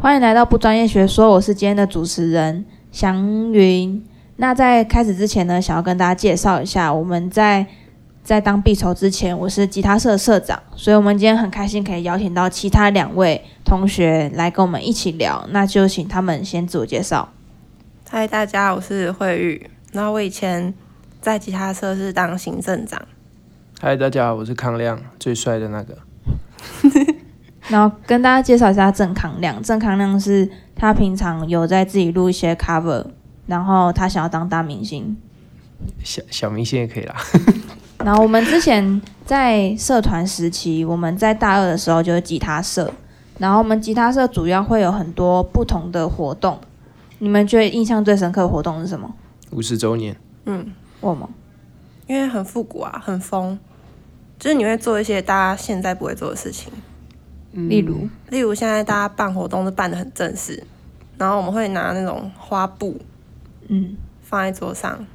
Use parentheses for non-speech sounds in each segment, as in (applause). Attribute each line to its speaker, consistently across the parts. Speaker 1: 欢迎来到不专业学说，我是今天的主持人祥云。那在开始之前呢，想要跟大家介绍一下，我们在在当必筹之前，我是吉他社社长，所以我们今天很开心可以邀请到其他两位同学来跟我们一起聊，那就请他们先自我介绍。
Speaker 2: 嗨，大家，我是慧玉。那我以前在吉他社是当行政长，
Speaker 3: 嗨，大家好，我是康亮，最帅的那个。
Speaker 1: 然后跟大家介绍一下郑康亮。郑康亮是他平常有在自己录一些 cover，然后他想要当大明星。
Speaker 3: 小小明星也可以啦。
Speaker 1: 然后我们之前在社团时期，我们在大二的时候就是吉他社，然后我们吉他社主要会有很多不同的活动。你们觉得印象最深刻的活动是什么？
Speaker 3: 五十周年，
Speaker 1: 我吗？
Speaker 2: 因为很复古啊，很疯，就是你会做一些大家现在不会做的事情。
Speaker 1: 例如，
Speaker 2: 例如现在大家办活动都办得很正式，然后我们会拿那种花布
Speaker 1: 嗯，
Speaker 2: 放在桌上，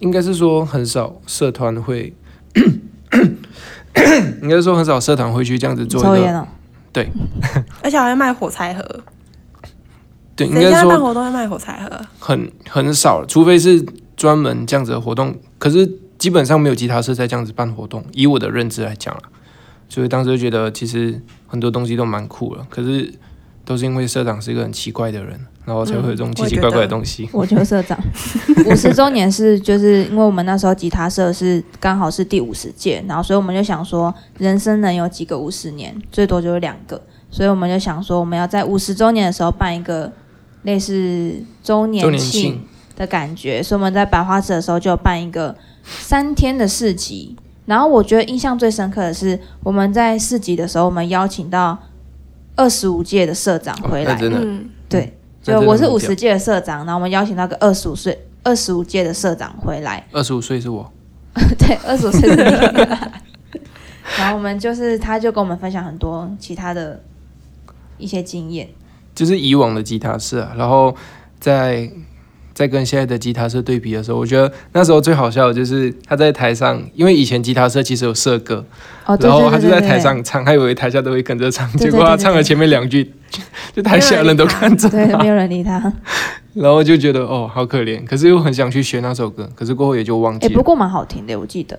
Speaker 3: 应该是说很少社团 (coughs) 会，应该是说很少社团会去这样子做
Speaker 1: 抽
Speaker 3: 一
Speaker 1: 烟
Speaker 3: 个。
Speaker 1: 哦。
Speaker 2: 而且还会卖火柴盒。
Speaker 3: 对，应
Speaker 2: 谁现
Speaker 3: 该
Speaker 2: 在办
Speaker 3: 说
Speaker 2: 活动会卖火柴盒？
Speaker 3: 很很少，除非是专门这样子的活动。可是基本上没有吉他社在这样子办活动，以我的认知来讲啦，所以当时就觉得其实很多东西都蛮酷的。可是都是因为社长是一个很奇怪的人，然后才会有这种
Speaker 2: 嗯
Speaker 3: 奇奇
Speaker 2: 我也觉
Speaker 3: 怪
Speaker 2: 得
Speaker 3: 怪的东
Speaker 1: (laughs)
Speaker 3: 西。
Speaker 1: 我就是 (laughs) 社长。五十周年是就是因为我们那时候吉他社是刚好是第五十届，然后所以我们就想说，人生能有几个五十年，最多就是两个，所以我们就想说，我们要在五十周年的时候办一个类似周
Speaker 3: 周
Speaker 1: 年
Speaker 3: 年
Speaker 1: 庆
Speaker 3: 庆
Speaker 1: 的感觉，所以我们在百花池的时候就有办一个三天的市集。然后我觉得印象最深刻的是，我们在市集的时候，我们邀请到二十五届的社长回来
Speaker 3: 那，真的，
Speaker 2: 嗯，
Speaker 1: 对，
Speaker 3: 那
Speaker 1: 就
Speaker 3: 哦真的
Speaker 1: 我是
Speaker 3: 很
Speaker 1: 五
Speaker 3: 屌
Speaker 1: 十届的社长，然后我们邀请到个二十五岁、二十五届的社长回来，
Speaker 3: 二十五岁是我。
Speaker 1: 对，二十五岁的你。 (laughs) 然后我们就是，他就跟我们分享很多其他的一些经验。
Speaker 3: 就是以往的吉他社、啊，然后在在跟现在的吉他社对比的时候，我觉得那时候最好笑的就是他在台上，因为以前吉他社其实有社歌，
Speaker 1: 哦，对
Speaker 3: 然后
Speaker 1: 对
Speaker 3: 他
Speaker 1: 对
Speaker 3: 就
Speaker 1: 对
Speaker 3: 在
Speaker 1: 对
Speaker 3: 台上唱，他以为台下都会跟着唱，
Speaker 1: 对对
Speaker 3: 结果
Speaker 1: 对
Speaker 3: 他
Speaker 1: 对
Speaker 3: 唱了
Speaker 1: 对
Speaker 3: 前面两句，就台下人都看着
Speaker 1: 对，没
Speaker 3: 他，
Speaker 1: 有人
Speaker 3: (laughs)
Speaker 1: 理他。
Speaker 3: 然后就觉得哦好可怜，可是又很想去学那首歌，可是过后也就忘
Speaker 1: 哎，
Speaker 3: 记
Speaker 1: 不
Speaker 3: 了，
Speaker 1: 过蛮好听的，我记得。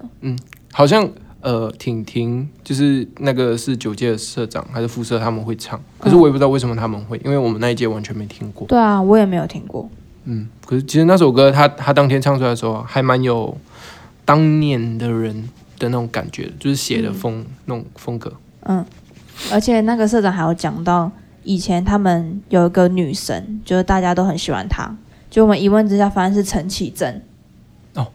Speaker 3: 好像。呃，婷婷就是那个是九届的社长还是副社，他们会唱，可是我也不知道为什么他们会，因为我们那一届完全没听过。
Speaker 1: 对啊，我也没有听过。
Speaker 3: 嗯，可是其实那首歌他他当天唱出来的时候啊，还蛮有当年的人的那种感觉，就是写的风、那种风格。
Speaker 1: 嗯，而且那个社长还有讲到，以前他们有一个女神，就是大家都很喜欢她。就我们一问之下，发现是陈绮贞。
Speaker 3: 哦，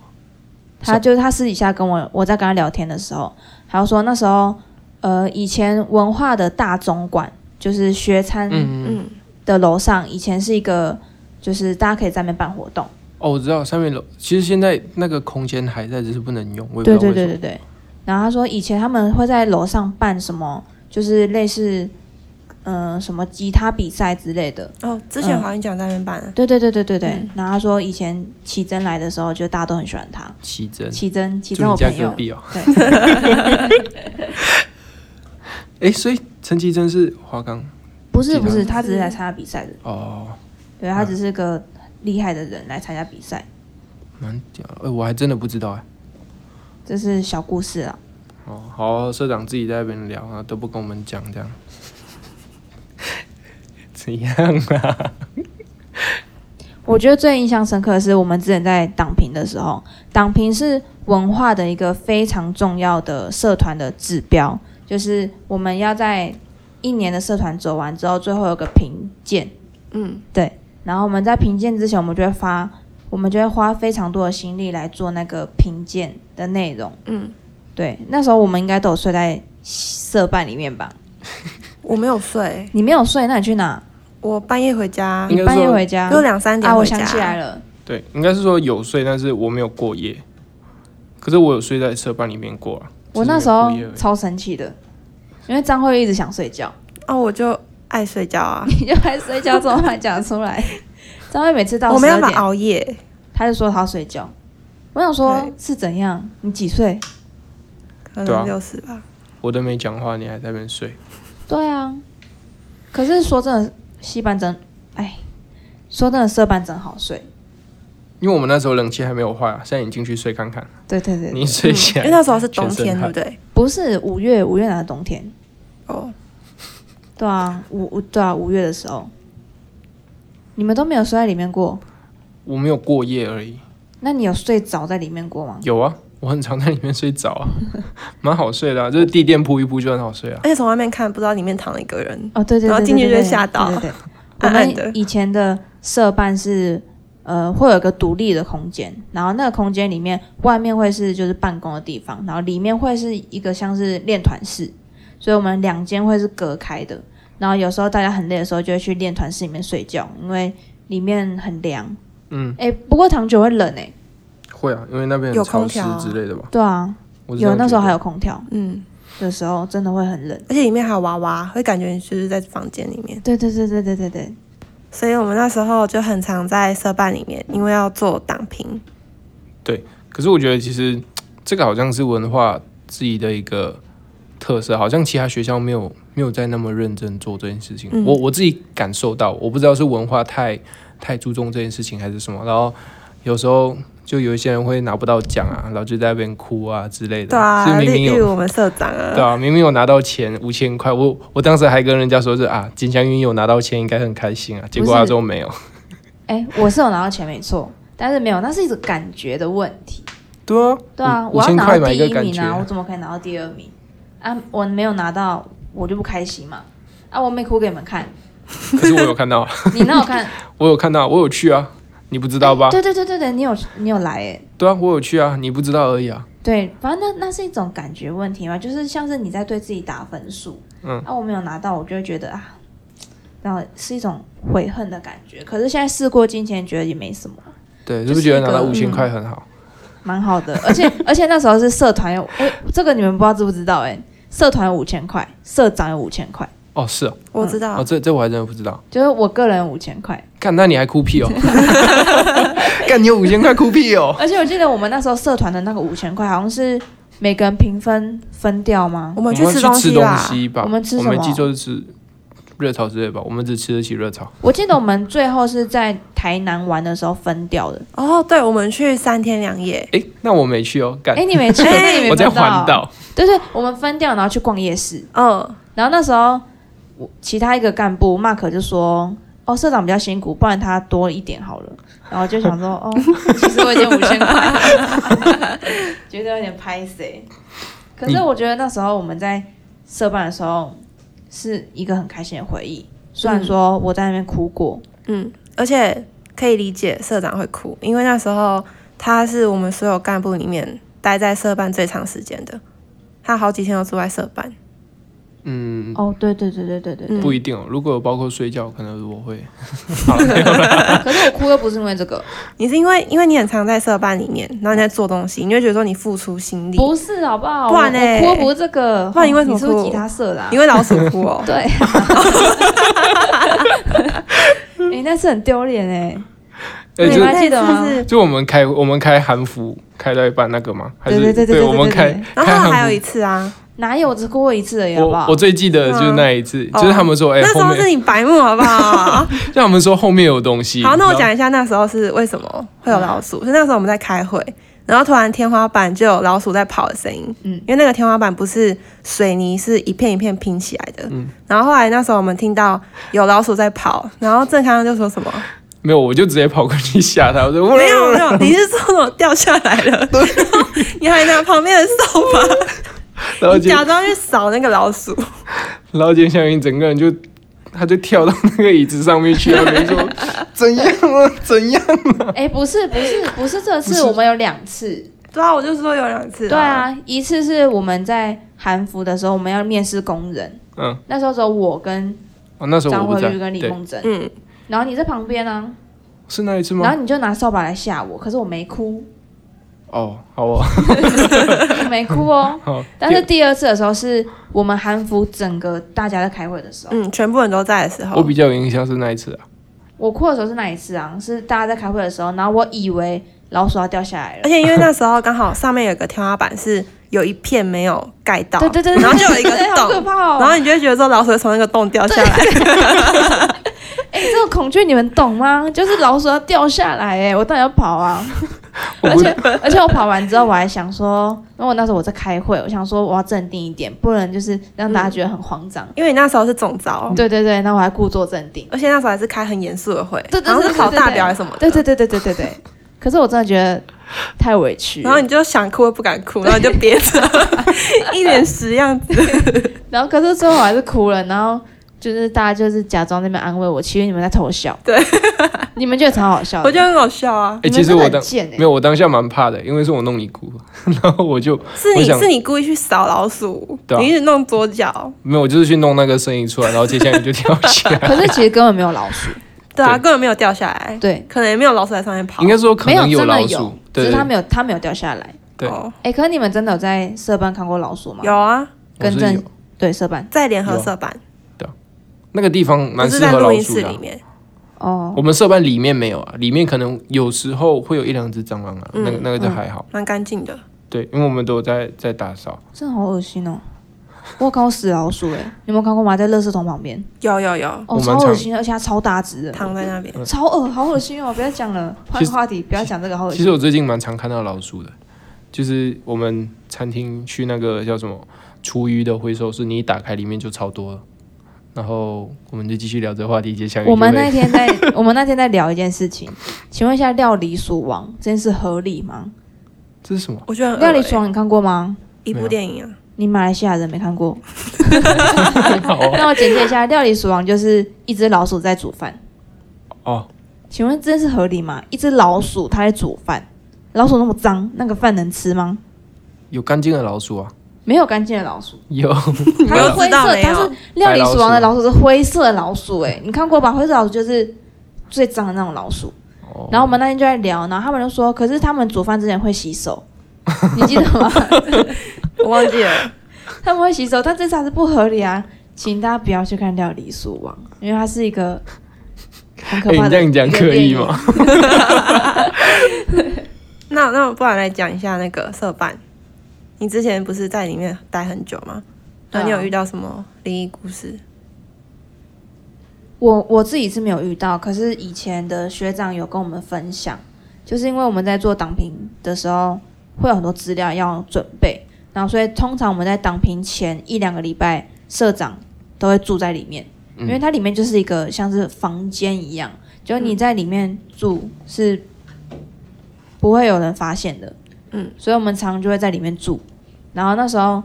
Speaker 1: 他
Speaker 3: 是
Speaker 1: 就是他私底下跟我，我在跟他聊天的时候，他就说那时候，呃，以前文化的大总管就是学餐
Speaker 3: 嗯，
Speaker 2: 嗯，
Speaker 1: 的楼上，以前是一个就是大家可以在那边办活动。
Speaker 3: 哦，我知道上面楼，其实现在那个空间还在，只是不能用。我也不
Speaker 1: 对
Speaker 3: 知道为什
Speaker 1: 对
Speaker 3: 么。
Speaker 1: 对对对。然后他说以前他们会在楼上办什么，就是类似，嗯、什么吉他比赛之类的。
Speaker 2: 哦，之前
Speaker 1: 嗯
Speaker 2: 华英奖在那边办啊，
Speaker 1: 对对对对对对。
Speaker 2: 嗯
Speaker 1: 然后他说以前奇珍来的时候，就大家都很喜欢他。
Speaker 3: 奇珍，
Speaker 1: 奇珍，奇
Speaker 3: 住
Speaker 1: 珍我
Speaker 3: 你家
Speaker 1: 朋
Speaker 3: 隔
Speaker 1: 友。
Speaker 3: 壁哦。
Speaker 1: 对，
Speaker 3: 诶，所以陈绮贞是华冈
Speaker 1: (laughs) 不是
Speaker 3: 奇珍
Speaker 1: 不是，他只是来参加比赛的，
Speaker 3: 哦，
Speaker 1: 对他只是个厉害的人来参加比赛，
Speaker 3: 蛮屌的。呃诶，我还真的不知道哎。
Speaker 1: 这是小故事啊。
Speaker 3: 哦，好，社长自己在那边聊啊，都不跟我们讲这样。 (laughs) 怎样啊？
Speaker 1: 我觉得最印象深刻的是我们之前在党评的时候，党评是文化的一个非常重要的社团的指标，就是我们要在一年的社团走完之后，最后有个评鉴，
Speaker 2: 嗯，
Speaker 1: 然后我们在评鉴之前，我们就会发，我们就会花非常多的心力来做那个评鉴的内容。
Speaker 2: 嗯，
Speaker 1: 对，那时候我们应该都有睡在社办里面吧？
Speaker 2: 我没有睡，
Speaker 1: 你没有睡，那你去哪？
Speaker 2: 我半夜回家
Speaker 3: 应，该
Speaker 1: 半夜
Speaker 3: 说
Speaker 1: 回家
Speaker 2: 就两三点
Speaker 1: 啊！我
Speaker 2: 回家
Speaker 1: 想起来了，
Speaker 3: 对，应该是说有睡，但是我没有过夜。可是我有睡在社办里面过啊。
Speaker 1: 我那时候
Speaker 3: 只是没有过夜而已
Speaker 1: 超生气的，因为张慧玉一直想睡觉。 (laughs)
Speaker 2: 哦，我就爱睡觉啊，
Speaker 1: 你就爱睡觉，怎么还讲出来？张惠每次到
Speaker 2: 我
Speaker 1: 十
Speaker 2: 没
Speaker 1: 二
Speaker 2: 办法哦
Speaker 1: 点，
Speaker 2: 熬夜，
Speaker 1: 他就说他要睡觉。我想说
Speaker 2: 对，
Speaker 1: 是怎样？你几岁？
Speaker 2: 可
Speaker 3: 对啊
Speaker 2: 能六十吧。
Speaker 3: 我都没讲话，你还在那边睡。
Speaker 1: 对啊，可是说真的，西班真，哎，说真的，社办真好睡。
Speaker 3: 因为我们那时候冷气还没有坏啊，现在你进去睡看看，
Speaker 1: 对对嗯对，
Speaker 3: 你睡起
Speaker 2: 嗯因为
Speaker 3: 来，
Speaker 2: 那时候是冬
Speaker 3: 全身
Speaker 2: 天，对
Speaker 3: 汗
Speaker 2: 不对？
Speaker 1: 不是五月，五月哪是冬天？
Speaker 2: 哦，
Speaker 1: 对啊，五五对啊，五月的时候，你们都没有睡在里面过，
Speaker 3: 我没有过夜而已。
Speaker 1: 那你有睡着在里面过吗？
Speaker 3: 有啊，我很常在里面睡着啊，蛮好睡的、啊，就是地垫铺一铺就很好睡啊。
Speaker 2: 而且从外面看不知道里面躺了一个人，
Speaker 1: 哦，对对对，
Speaker 2: 然后
Speaker 1: 对
Speaker 2: 进去
Speaker 1: 对
Speaker 2: 就
Speaker 1: 对
Speaker 2: 会吓到
Speaker 1: 对对对，我
Speaker 2: (laughs) 暗暗的
Speaker 1: 们以前的社办是，呃，会有一个独立的空间，然后那个空间里面外面会是就是办公的地方，然后里面会是一个像是练团室，所以我们两间会是隔开的。然后有时候大家很累的时候，就会去练团室里面睡觉，因为里面很凉。
Speaker 3: 嗯，
Speaker 1: 哎，不过躺久会冷哎、
Speaker 3: 会啊，因为那边
Speaker 2: 有
Speaker 3: 很潮
Speaker 2: 空
Speaker 3: 湿
Speaker 2: 调啊
Speaker 3: 之类的吧。
Speaker 1: 对啊，
Speaker 3: 我是这
Speaker 1: 有
Speaker 3: 样
Speaker 1: 那时候
Speaker 3: 觉
Speaker 1: 还
Speaker 3: 得
Speaker 1: 有空调
Speaker 2: 嗯，
Speaker 1: 的时候，真的会很冷。
Speaker 2: 而且里面还有娃娃，会感觉你就是在房间里面。
Speaker 1: 对对对对对对对，
Speaker 2: 所以我们那时候就很常在社办里面，因为要做党评，
Speaker 3: 可是我觉得其实这个好像是文化自己的一个特色，好像其他学校没有没有在那么认真做这件事情。
Speaker 2: 嗯
Speaker 3: 我我自己感受到，我不知道是文化太太注重这件事情还是什么，然后有时候。就有一些人会拿不到奖啊，然后就在那边哭啊之类的。
Speaker 2: 对啊，
Speaker 3: 是
Speaker 2: 例
Speaker 3: 明明
Speaker 2: 例
Speaker 3: 有
Speaker 2: 如我们社长啊，
Speaker 3: 对啊，明明有拿到钱五千块，我我当时还跟人家说是啊，金香云有拿到钱，应该很开心啊。结果
Speaker 1: 不是
Speaker 3: 他说没有。
Speaker 1: 哎，我是有拿到钱没错，但是没有，那是一个感觉的问题。
Speaker 3: 对啊，
Speaker 1: 对啊，
Speaker 3: 五
Speaker 1: 我要
Speaker 3: 5000
Speaker 1: 拿
Speaker 3: 块
Speaker 1: 到
Speaker 3: 买
Speaker 1: 第
Speaker 3: 一个
Speaker 1: 一
Speaker 3: 感
Speaker 1: 名啊，
Speaker 3: 觉
Speaker 1: 我怎么可以拿到第二名？啊，我没有拿到，我就不开心嘛。啊，我没哭给你们看，
Speaker 3: (laughs) 可是我有看到，啊
Speaker 1: 你那我看，
Speaker 3: 我有看到，我有去啊，你不知
Speaker 1: 知
Speaker 3: 道吧？
Speaker 1: 对对对对对，你有你有来诶、
Speaker 3: 对啊，我有去啊，你不知道而已啊。
Speaker 1: 对，反正那那是一种感觉问题嘛，就是像是你在对自己打分数，
Speaker 3: 嗯，
Speaker 1: 啊，我没有拿到，我就会觉得啊，然后是一种悔恨的感觉。可是现在事过境迁，觉得也没什么，
Speaker 3: 对，
Speaker 1: 就是
Speaker 3: 是不是觉得拿到
Speaker 1: 一
Speaker 3: 五
Speaker 1: 个
Speaker 3: 千块很好？
Speaker 1: 蛮好的。而且 (laughs) 而且那时候是社团有，哎，这个你们不知道知不知道、诶，社团有五千块，社长有五千块，
Speaker 3: 哦，是哦，
Speaker 2: 我知道
Speaker 1: 啊
Speaker 3: 哦，，这这我还真的不知道。
Speaker 1: 就是我个人五千块。
Speaker 3: 干，那你还
Speaker 1: (laughs)
Speaker 3: 哭屁哦？ (laughs) 干，你有五千块哭屁哦？
Speaker 1: 而且我记得我们那时候社团的那个五千块，好像是每个人平分分掉吗？
Speaker 2: 我
Speaker 3: 我
Speaker 2: 们去
Speaker 3: 们
Speaker 2: 吃
Speaker 3: 去
Speaker 2: 东
Speaker 3: 吃
Speaker 2: 西
Speaker 3: 东
Speaker 2: 啦，
Speaker 3: 西吧？
Speaker 1: 我们吃
Speaker 3: 我
Speaker 1: 什
Speaker 3: 没
Speaker 1: 么
Speaker 3: 记错是吃热炒之类吧？我们只吃得起热炒。
Speaker 1: 我记得我们最后是在台南玩的时候分掉的。
Speaker 2: 哦，对，我们去三天两夜，
Speaker 3: 诶，那我没去哦，干
Speaker 1: 哎、，你没去，那你没
Speaker 3: 我在
Speaker 1: 分
Speaker 3: 环
Speaker 1: 到。
Speaker 3: 岛。
Speaker 1: 对对，我们分掉，然后去逛夜市。
Speaker 2: 嗯，
Speaker 1: 然后那时候我其他一个干部 Mark 就说：“哦，社长比较辛苦，不然他多一点好了。”然后我就想说：“哦，其实我已经五千块了，觉得有点拍谁。” (laughs) 可是
Speaker 3: 你
Speaker 1: 我觉得那时候我们在社办的时候是一个很开心的回忆，虽然说我在那边哭过，
Speaker 2: 嗯，而且可以理解社长会哭，因为那时候他是我们所有干部里面待在社办最长时间的，他好几天都住在社办。
Speaker 3: 嗯，
Speaker 1: 哦，对对对对对对对，
Speaker 3: 不一定哦。如果有包括睡觉，可能我会。
Speaker 1: (laughs) 可是我哭又不是因为这个，
Speaker 2: 你是因为因为你很常在社办里面，然后你在做东西，你会觉得说你付出心力，
Speaker 1: 不是好不好？
Speaker 2: 不然
Speaker 1: 我
Speaker 2: 嘞
Speaker 1: 我哭又不是这个，哦
Speaker 2: 不然你为什么
Speaker 1: 你是不是
Speaker 2: 哭
Speaker 1: 吉他社的、啊？
Speaker 2: 因为老鼠哭
Speaker 3: (laughs)
Speaker 2: 哦。
Speaker 1: 对、哎、那是很丢脸哎！
Speaker 3: 哎，
Speaker 1: 对
Speaker 3: 就
Speaker 1: 吧还记得吗
Speaker 2: 那次
Speaker 3: (laughs)
Speaker 2: 是
Speaker 3: 就我们开我们开韩服开到一半那个吗？还是
Speaker 1: 对对对对对
Speaker 3: 我们
Speaker 1: 对
Speaker 3: 开
Speaker 1: 对
Speaker 2: 然
Speaker 3: 开
Speaker 2: 后还
Speaker 3: 韩
Speaker 2: 有一
Speaker 3: 服。
Speaker 2: 次啊，
Speaker 1: 哪有只哭过一次而已，好不
Speaker 3: 我
Speaker 1: 好哦
Speaker 3: 我？最记得就是那一次，
Speaker 2: 嗯
Speaker 3: 就是他们说哎
Speaker 2: 那时
Speaker 3: 后
Speaker 2: 候
Speaker 3: 面
Speaker 2: 是，你白目好不好？
Speaker 3: 就他们说后面有东西。
Speaker 2: 好，那我
Speaker 3: 然后
Speaker 2: 讲一下那时候是为什么会有老鼠。是那时候我们在开会，然后突然天花板就有老鼠在跑的声音。
Speaker 1: 嗯
Speaker 2: 因为那个天花板不是水泥，是一片一片拼起来的。
Speaker 3: 嗯
Speaker 2: 然后后来那时候我们听到有老鼠在跑，然后郑康康就说什么？
Speaker 3: 没有，我就直接跑过去吓他，我说
Speaker 2: 没有没有，你是说什么掉下来了？ (laughs) 然后你还拿旁边的扫把，
Speaker 3: (laughs) 然后
Speaker 2: 你
Speaker 3: 就
Speaker 2: 假装去扫那个老鼠。
Speaker 3: 然后金小云整个人就，他就跳到那个椅子上面
Speaker 2: (laughs)
Speaker 3: 去，然后说怎样啊怎样？
Speaker 1: 哎、不是不是不是这
Speaker 3: 不
Speaker 1: 次，
Speaker 3: 是
Speaker 1: 我们有两次。
Speaker 2: 对啊，我就说有两次。
Speaker 1: 对，啊，一次是我们在韩服的时候，我们要面试工人，
Speaker 3: 嗯，
Speaker 1: 那时候只有我跟
Speaker 3: 哦那时候
Speaker 1: 张
Speaker 3: 我不
Speaker 1: 惠
Speaker 3: 在，
Speaker 1: 玉跟李
Speaker 3: 对，
Speaker 1: 梦珍，
Speaker 2: 嗯，
Speaker 1: 然后你在旁边啊，
Speaker 3: 是那一次
Speaker 1: 然
Speaker 3: 吗？
Speaker 1: 后你就拿扫把来吓我，可是我没哭，
Speaker 3: 哦，好哦，
Speaker 1: 我没哭哦。
Speaker 3: (laughs) 好，
Speaker 1: 但是第二次的时候是我们韩服整个大家在开会的时候，
Speaker 2: 嗯，全部人都在的时候，
Speaker 3: 我比较有印象是那一次啊，
Speaker 1: 我哭的时候是哪一次啊？是大家在开会的时候，然后我以为老鼠要掉下来了
Speaker 2: 而。且因为那时候刚好上面有个天花板是有一片没有盖到，
Speaker 1: 对对对，对
Speaker 2: 然后就有一个
Speaker 1: 对 (laughs) 好可
Speaker 2: 洞，
Speaker 1: 怕哦。
Speaker 2: 然后你就会觉得说老鼠会从那个洞掉下来，
Speaker 1: (laughs) 哎、这种恐惧你们懂吗？就是老鼠要掉下来，哎，我当然要跑啊！(laughs)
Speaker 3: 我
Speaker 1: 而
Speaker 3: 不
Speaker 1: 且而且我跑完之后，我还想说，因为我那时候我在开会，我想说我要镇定一点，不能就是让大家觉得很慌张。
Speaker 2: 因为你那时候是总招，
Speaker 1: 对对对，那我还故作镇定。
Speaker 2: 而且那时候还是开很严肃的会，
Speaker 1: 对对对
Speaker 2: 然后是考
Speaker 1: 对对对
Speaker 2: 大表还是什么的，
Speaker 1: 对对对对对对对。可是我真的觉得太委屈了
Speaker 2: 然后你就想哭又不敢哭，然后你就
Speaker 1: (laughs)
Speaker 2: 憋着，一脸死样子。
Speaker 1: 然后可是最后我还是哭了，然后就是大家就是假装那边安慰我，其实你们在偷笑。
Speaker 2: 对，
Speaker 1: (laughs) 你们觉得超好笑的。
Speaker 2: 我觉得很好笑啊。
Speaker 3: 哎、
Speaker 1: 你们
Speaker 3: 其实
Speaker 1: 真的
Speaker 3: 我
Speaker 1: 很
Speaker 3: 当
Speaker 1: 贱哎
Speaker 3: 没有，我当下蛮怕的，因为是我弄你哭， (laughs) 然后我就是我
Speaker 2: 你
Speaker 3: 想
Speaker 2: 是你故意去扫老鼠，
Speaker 3: 对啊
Speaker 2: 你一直弄左脚，
Speaker 3: 没有，我就是去弄那个声音出来，然后接下来你就跳下来。
Speaker 1: 可是其实根本 (laughs) 没有老
Speaker 2: (laughs)
Speaker 1: 鼠，
Speaker 2: 对啊，
Speaker 3: 对
Speaker 2: 根本没有掉下来，
Speaker 1: 对，
Speaker 2: 可能也没有老鼠在上面跑。
Speaker 3: 应该说可
Speaker 1: 没有
Speaker 3: 能
Speaker 1: 真的
Speaker 3: 老
Speaker 1: 有
Speaker 3: 鼠，，
Speaker 1: 只
Speaker 3: 对
Speaker 1: 是它没
Speaker 3: 对
Speaker 1: 有它没有掉下来。
Speaker 3: 对，
Speaker 2: 哦
Speaker 1: 哎，可是你们真的有在社办看过老鼠吗？
Speaker 2: 有啊，
Speaker 3: 我
Speaker 1: 跟
Speaker 3: 是
Speaker 1: 正
Speaker 3: 有
Speaker 1: 对社办
Speaker 2: 在联合社办，
Speaker 3: 那个地方
Speaker 2: 不
Speaker 3: 蛮
Speaker 2: 是
Speaker 3: 适
Speaker 2: 在
Speaker 3: 合
Speaker 2: 录
Speaker 3: 老
Speaker 2: 音
Speaker 3: 鼠
Speaker 2: 室
Speaker 3: 的啊、
Speaker 2: 里面。
Speaker 1: 哦，
Speaker 3: 我们社办里面没有啊，里面可能有时候会有一两只蟑螂啊，
Speaker 2: 嗯
Speaker 3: 那个那个就还好。
Speaker 2: 蛮干净的，
Speaker 3: 对，因为我们都有在在打扫。
Speaker 1: 真的好恶心哦。我有看过死老鼠哎、你有没有看过吗？在垃圾桶旁边，
Speaker 2: 有有有，
Speaker 1: 哦，
Speaker 3: 我
Speaker 1: 超
Speaker 3: 蛮
Speaker 1: 恶
Speaker 3: 常
Speaker 1: 心的，而且它超大只的，
Speaker 2: 躺在那边。
Speaker 1: 超恶，好恶心哦！不要讲了，换个
Speaker 3: 其实
Speaker 1: 话题，不要讲这个，好恶
Speaker 3: 其
Speaker 1: 心。
Speaker 3: 实我最近蛮常看到老鼠的，就是我们餐厅去那个叫什么厨余的回收室，你一打开里面就超多了。然后我们就继续聊这个话题，接下来
Speaker 1: 我们
Speaker 3: 就会
Speaker 1: 那天在我们那天在聊一件事情，请问一下，料理鼠王这件事合理吗？
Speaker 3: 这是什么？
Speaker 2: 我觉得很恶
Speaker 1: 料理
Speaker 2: 欸
Speaker 1: 鼠王你看过吗？
Speaker 2: 一部电影啊，
Speaker 1: 你马来西亚人没看过？那我简介一下，《料理鼠王》就是一只老鼠在煮饭。
Speaker 3: 哦，
Speaker 1: 请问这是合理吗？一只老鼠它在煮饭，老鼠那么脏，那个饭能吃吗？
Speaker 3: 有干净的老鼠啊，
Speaker 1: 没有干净的老鼠，
Speaker 3: 有
Speaker 1: 它
Speaker 2: 没
Speaker 1: 是
Speaker 2: 有
Speaker 1: 灰
Speaker 2: 知道
Speaker 1: 色，
Speaker 2: 没
Speaker 1: 它是
Speaker 2: 有
Speaker 1: 《料理鼠王》的老鼠是灰色的老鼠、欸，你看过吧？灰色老鼠就是最脏的那种老鼠。
Speaker 3: 哦
Speaker 1: 然后我们那天就在聊，然后他们就说，可是他们煮饭之前会洗
Speaker 3: (laughs)
Speaker 1: 手，你记得吗？
Speaker 2: 我忘记
Speaker 1: (laughs)
Speaker 2: 了。
Speaker 1: 他们会洗手，但这才是不合理啊！请大家不要去看《料理鼠王》，因为它是一个很可
Speaker 3: 哎、
Speaker 1: 怕的、
Speaker 3: 你这样讲可以吗？？
Speaker 2: 那那不然来讲一下那个社办，你之前不是在里面待很久吗？那你
Speaker 1: 对啊
Speaker 2: 有遇到什么灵异故事？
Speaker 1: 我我自己是没有遇到，可是以前的学长有跟我们分享，就是因为我们在做党评的时候会有很多资料要准备，然后所以通常我们在党评前一两个礼拜，社长都会住在里面，
Speaker 3: 嗯
Speaker 1: 因为它里面就是一个像是房间一样，就你在里面住是不会有人发现的，
Speaker 2: 嗯，
Speaker 1: 所以我们常常就会在里面住，然后那时候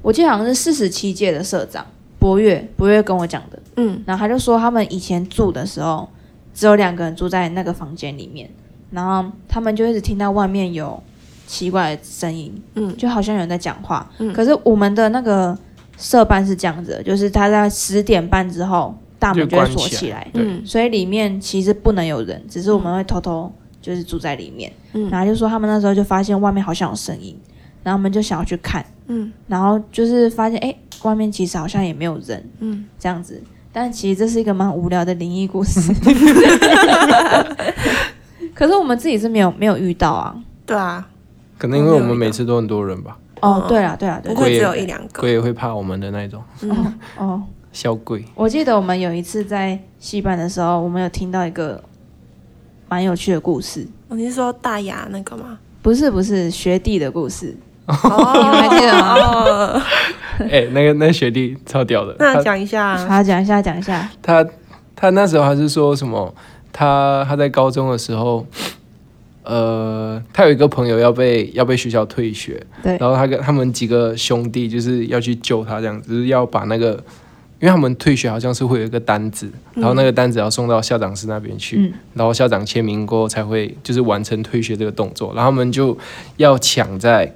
Speaker 1: 我记得好像是四十七届的社长博越，博越跟我讲的。
Speaker 2: 嗯，
Speaker 1: 然后他就说他们以前住的时候，只有两个人住在那个房间里面，然后他们就一直听到外面有奇怪的声音，
Speaker 2: 嗯
Speaker 1: 就好像有人在讲话，
Speaker 2: 嗯
Speaker 1: 可是我们的那个社办是这样子的，就是他在十点半之后大门就会
Speaker 3: 就关
Speaker 1: 锁
Speaker 3: 起
Speaker 1: 起来，
Speaker 3: 对
Speaker 2: 嗯
Speaker 1: 所以里面其实不能有人，只是我们会偷偷就是住在里面，
Speaker 2: 嗯
Speaker 1: 然后就说他们那时候就发现外面好像有声音，然后我们就想要去看，
Speaker 2: 嗯
Speaker 1: 然后就是发现哎、诶外面其实好像也没有人，
Speaker 2: 嗯，
Speaker 1: 这样子。但其实这是一个蛮无聊的灵异故
Speaker 2: (laughs)
Speaker 1: 事。可是我们自己是没有没有遇到啊。
Speaker 2: 对啊，
Speaker 3: 可能因为我们每次都很多人吧，
Speaker 1: 哦，
Speaker 2: 嗯
Speaker 1: 对了对了对
Speaker 2: 不
Speaker 1: 啦
Speaker 2: 会只有一两个。
Speaker 3: 鬼也会怕我们的那种
Speaker 2: 嗯，
Speaker 1: 哦，
Speaker 3: 小鬼。 (laughs)
Speaker 1: 我记得我们有一次在戏班的时候，我们有听到一个蛮有趣的故事，
Speaker 2: 哦你是说大牙那个吗？
Speaker 1: 不是不是学弟的故事，
Speaker 2: 哦，
Speaker 1: (laughs) 你还记得吗
Speaker 2: 哦
Speaker 3: 哎、那个那学弟超屌的，
Speaker 2: 那
Speaker 3: 他
Speaker 2: 讲一下啊，
Speaker 1: 好讲一下讲一下。
Speaker 3: 他他那时候还是说什么，他他在高中的时候，呃，他有一个朋友要被要被学校退学，
Speaker 1: 对
Speaker 3: 然后他跟他们几个兄弟就是要去救他，这样子就是要把那个，因为他们退学好像是会有一个单子，然后那个单子要送到校长室那边去，
Speaker 1: 嗯
Speaker 3: 然后校长签名过后才会就是完成退学这个动作，然后他们就要抢在。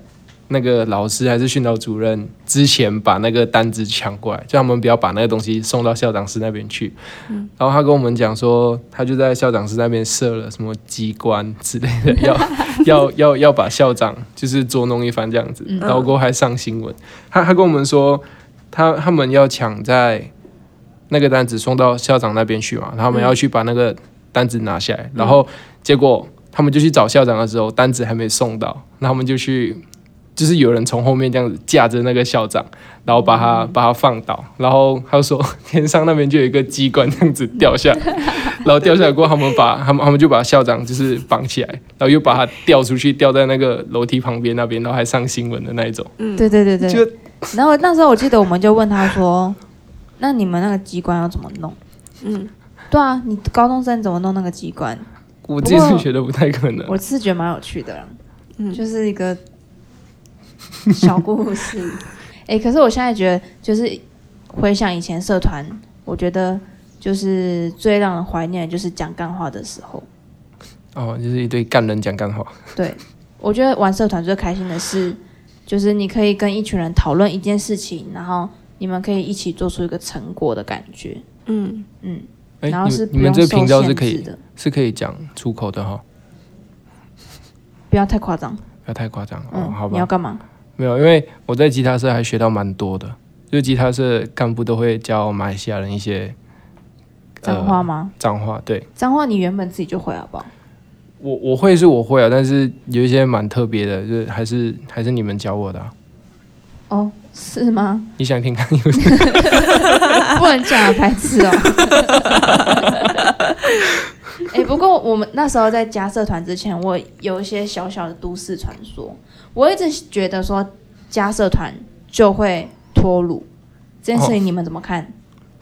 Speaker 3: 那个老师还是训导主任之前把那个单子抢过来，叫他们不要把那个东西送到校长室那边去。
Speaker 1: 嗯
Speaker 3: 然后他跟我们讲说，他就在校长室那边设了什么机关之类的，要要要要把校长就是捉弄一番这样子，然后过后还上新闻。他他跟我们说，他他们要抢在那个单子送到校长那边去嘛，然后他们要去把那个单子拿下来，然后结果他们就去找校长的时候，单子还没送到，那他们就去，就是有人从后面这样子架着那个校长，然后把他、把他放倒，然后他就说 (laughs) 天上那边就有一个机关这样子掉下来，然后掉下来过后，他们把他们他们就把校长就是绑起来，然后又把他吊出去，吊在那个楼梯旁边那边，然后还上新闻的那一种，
Speaker 2: 嗯
Speaker 1: 对对对对。
Speaker 3: 就
Speaker 1: 然后那时候我记得我们就问他说：“那你们那个机关要怎么弄
Speaker 2: 嗯，？”
Speaker 1: 对啊，你高中生怎么弄那个机关？
Speaker 3: 我自己是觉得不太可能。
Speaker 1: 我是觉得蛮有趣的啦，
Speaker 2: 嗯
Speaker 1: 就是一个小
Speaker 2: (laughs)
Speaker 1: 故事。哎、可是我现在觉得，就是回想以前社团，我觉得就是最让人怀念的就是讲干话的时候。
Speaker 3: 哦，就是一堆干人讲干话。
Speaker 1: 对，我觉得玩社团最开心的是，就是你可以跟一群人讨论一件事情，然后你们可以一起做出一个成果的感觉。
Speaker 2: 嗯，
Speaker 1: 嗯，
Speaker 3: 哎、
Speaker 1: 然后
Speaker 3: 你
Speaker 1: 是
Speaker 3: 们
Speaker 1: 不
Speaker 3: 你们
Speaker 1: 用
Speaker 3: 这
Speaker 1: 受
Speaker 3: 个频道是
Speaker 1: 限
Speaker 3: 可
Speaker 1: 制
Speaker 3: 以
Speaker 1: 的，
Speaker 3: 是可以讲出口的哈，
Speaker 1: 不要太夸张。
Speaker 3: 不要太夸张哦，
Speaker 1: 嗯，
Speaker 3: 好
Speaker 1: 你要
Speaker 3: 吧？
Speaker 1: 干嘛？
Speaker 3: 没有，因为我在吉他社还学到蛮多的，就吉他社干部都会教马来西亚人一些呃
Speaker 1: 脏话吗？
Speaker 3: 脏话，对
Speaker 1: 脏话你原本自己就会好不好？
Speaker 3: 我我会是我会啊，但是有一些蛮特别的，就是还是还是你们教我的、啊，
Speaker 1: 哦，是吗？
Speaker 3: 你想听看
Speaker 1: (laughs)
Speaker 3: 有
Speaker 1: 不能这样白痴
Speaker 3: (laughs)
Speaker 1: 哦。哎、不过我们那时候在加社团之前，我有一些小小的都市传说。我一直觉得说加社团就会脱乳，这件事情你们怎么看？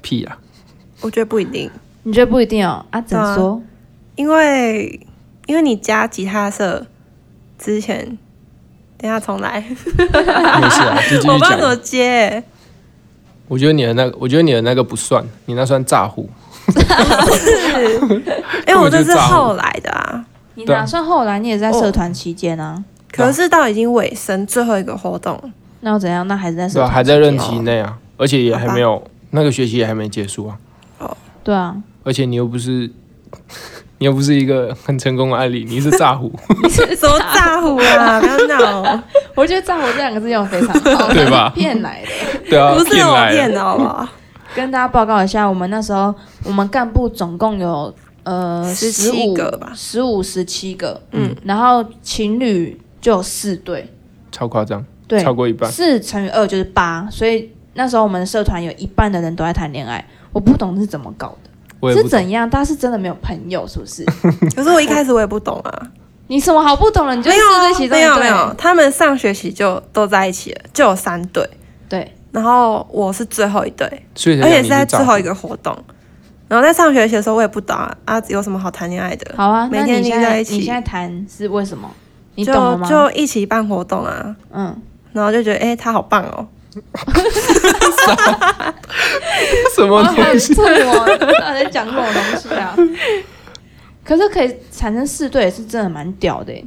Speaker 3: 屁
Speaker 2: (laughs)
Speaker 3: 啊？
Speaker 2: 我觉得不一定，
Speaker 1: 你觉得不一定哦？啊，怎么说？
Speaker 2: 因为因为你加吉他社之前，等一下重来，
Speaker 3: 没事啊，就继
Speaker 2: 我不
Speaker 3: 续
Speaker 2: 知道
Speaker 3: 讲
Speaker 2: 怎。么接，欸
Speaker 3: 我觉得你的那个，我觉得你的那个不算，你那算诈唬。
Speaker 2: 因为我
Speaker 3: 根本就
Speaker 2: 这
Speaker 3: 是
Speaker 2: 是
Speaker 3: 炸
Speaker 2: 后来的啊。
Speaker 1: 你
Speaker 3: 对啊
Speaker 1: 打算后来你也在社团期间啊？
Speaker 2: 可是到已经尾声最后一个活
Speaker 3: (laughs)
Speaker 2: 动，
Speaker 1: 那又怎样？那还是在社
Speaker 3: 对啊，
Speaker 1: 团、
Speaker 3: 还在任期内啊，而且也还
Speaker 2: 好吧
Speaker 3: 没有那个学期也还没结束啊，
Speaker 1: 对啊，
Speaker 3: 而且你又不是 (laughs) 你又不是一个很成功的案例，你是诈
Speaker 2: (laughs)
Speaker 3: 唬，
Speaker 2: 什么炸虎啊，不要
Speaker 3: (laughs)
Speaker 2: 闹，
Speaker 1: 我觉得“战火”这两个字用得非常好，
Speaker 3: 对吧
Speaker 1: 骗来的。
Speaker 3: 对啊，
Speaker 2: 不是哦我
Speaker 3: 来
Speaker 2: 骗
Speaker 3: 的，
Speaker 2: 的好不好？
Speaker 1: 跟大家报告一下，我们那时候我们干部总共有呃
Speaker 2: 17个吧
Speaker 1: 十五十七个，
Speaker 2: 嗯，
Speaker 1: 然后情侣就有四对，
Speaker 3: 超夸张，
Speaker 1: 对
Speaker 3: 超，过一半，
Speaker 1: 四乘以二就是八，所以那时候我们社团有一半的人都在谈恋爱，我不懂是怎么搞的，
Speaker 3: 我也不
Speaker 1: 是
Speaker 3: 懂
Speaker 1: 怎样？大家是真的没有朋友是不 (laughs) 是？
Speaker 2: 可是我一开始我也不懂啊。
Speaker 1: 你什么好不懂了？你就
Speaker 2: (laughs) 没
Speaker 1: 是
Speaker 2: 有啊
Speaker 1: 对其中
Speaker 2: 没
Speaker 1: 一
Speaker 2: 有
Speaker 1: 对
Speaker 2: 没有，他们上学期就都在一起了，就有三对，
Speaker 1: 对，
Speaker 2: 然后我是最后一对，
Speaker 3: 所以
Speaker 2: 而且
Speaker 3: 你
Speaker 2: 是在
Speaker 3: 诈
Speaker 2: 最
Speaker 3: 唬
Speaker 2: 后一个活动。然后在上学期的时候，我也不懂啊，啊有什么好谈恋爱的？
Speaker 1: 好啊，
Speaker 2: 每
Speaker 1: 那
Speaker 2: 天
Speaker 1: 你现
Speaker 2: 腻在
Speaker 1: 在
Speaker 2: 一起
Speaker 1: 你现在谈是为什么？你懂了
Speaker 2: 就
Speaker 1: 吗？
Speaker 2: 就一起办活动啊，
Speaker 1: 嗯，
Speaker 2: 然后就觉得哎、他好棒哦，
Speaker 3: 什么
Speaker 1: 好
Speaker 3: 东
Speaker 1: 有
Speaker 3: 西
Speaker 1: 趣？哦，到底在讲这种东西啊？可是可以产生四对，是真的蛮屌的耶。欸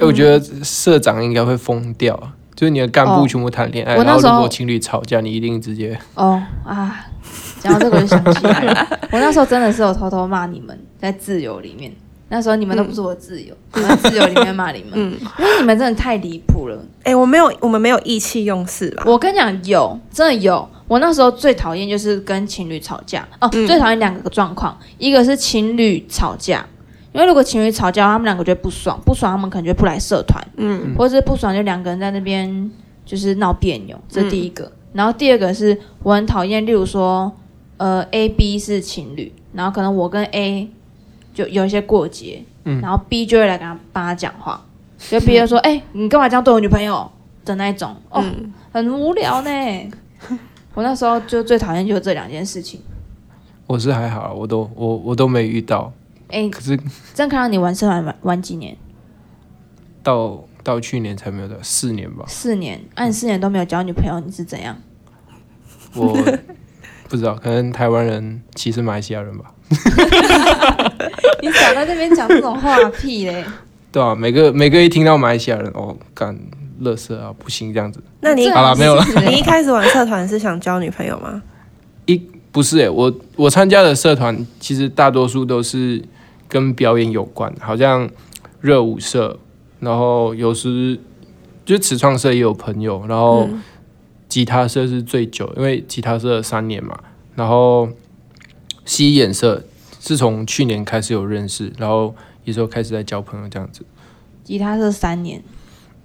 Speaker 3: 哎我觉得社长应该会疯掉啊，就是你的干部
Speaker 1: 哦
Speaker 3: 全部谈恋爱，
Speaker 1: 我那
Speaker 3: 然后
Speaker 1: 时
Speaker 3: 如
Speaker 1: 候
Speaker 3: 果情侣吵架，你一定直接
Speaker 1: 哦啊，讲到这个就想起来
Speaker 2: (laughs)
Speaker 1: 了，我那时候真的是有偷偷骂你们在自由里面，那时候你们都不是我自由，我在自由里面骂你们，
Speaker 2: 嗯
Speaker 1: 因为你们真的太离谱了。
Speaker 2: 哎、我没有我们没有意气用事吧？
Speaker 1: 我跟你讲，有真的有。我那时候最讨厌就是跟情侣吵架哦，
Speaker 2: 嗯
Speaker 1: 最讨厌两个状况，一个是情侣吵架，因为如果情侣吵架，他们两个觉得不爽，不爽他们可能就不来社团，
Speaker 2: 嗯，
Speaker 1: 或者是不爽就两个人在那边就是闹别扭，这是第一个。然后第二个是我很讨厌，例如说，呃，A、B 是情侣，然后可能我跟 A 就有一些过节，
Speaker 3: 嗯
Speaker 1: 然后 B 就会来跟他帮他讲话，就 B 就说：“哎、你干嘛这样对我女朋友？”的那一种，哦，
Speaker 2: 嗯
Speaker 1: 很无聊呢。 (laughs) 我那时候就最讨厌就是这两件事情。
Speaker 3: 我是还好啊，我都我我都没遇到，
Speaker 1: 哎、
Speaker 3: 可是
Speaker 1: 郑康，你玩社团玩玩几年？
Speaker 3: 到到去年才没有的，四年
Speaker 1: (laughs)
Speaker 3: 吧，
Speaker 1: 四年，按、你四年都没有交女朋友，你是怎样？
Speaker 3: 我不知道，可能台湾人歧视马来西亚人吧。
Speaker 1: 你少在这边讲这种话屁嘞！
Speaker 3: 对啊，每个每个一听到马来西亚人哦，干乐色啊，不行这样子。
Speaker 2: 那你
Speaker 1: 这
Speaker 3: 好啦没有了
Speaker 1: 是
Speaker 2: 你一开始玩社团是想交女朋友吗？
Speaker 3: 不是诶、欸我我参加的社团其实大多数都是跟表演有关，好像热舞社，然后有时就是词创社也有朋友，然后
Speaker 1: 嗯
Speaker 3: 吉他社是最久，因为吉他社三年嘛，然后西演社是从去年开始有认识，然后。也是有开始在交朋友这
Speaker 1: (laughs)
Speaker 3: 样子。
Speaker 1: 吉他社三年，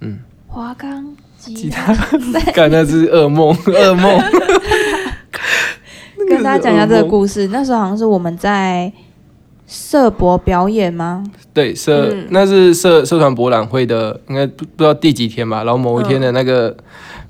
Speaker 3: 嗯，
Speaker 1: 华冈吉
Speaker 3: 吉
Speaker 1: 他，
Speaker 3: 他，干那是噩梦，噩
Speaker 1: (laughs)
Speaker 3: 梦。
Speaker 1: 跟大家讲一下这个
Speaker 3: 事。
Speaker 1: 故事。那时候好像是我们在社博表演吗？
Speaker 3: 对，社、
Speaker 2: 嗯
Speaker 3: 那是社社团博览会的，应该不不知道第几天吧。然后某一
Speaker 1: 嗯
Speaker 3: 天的那个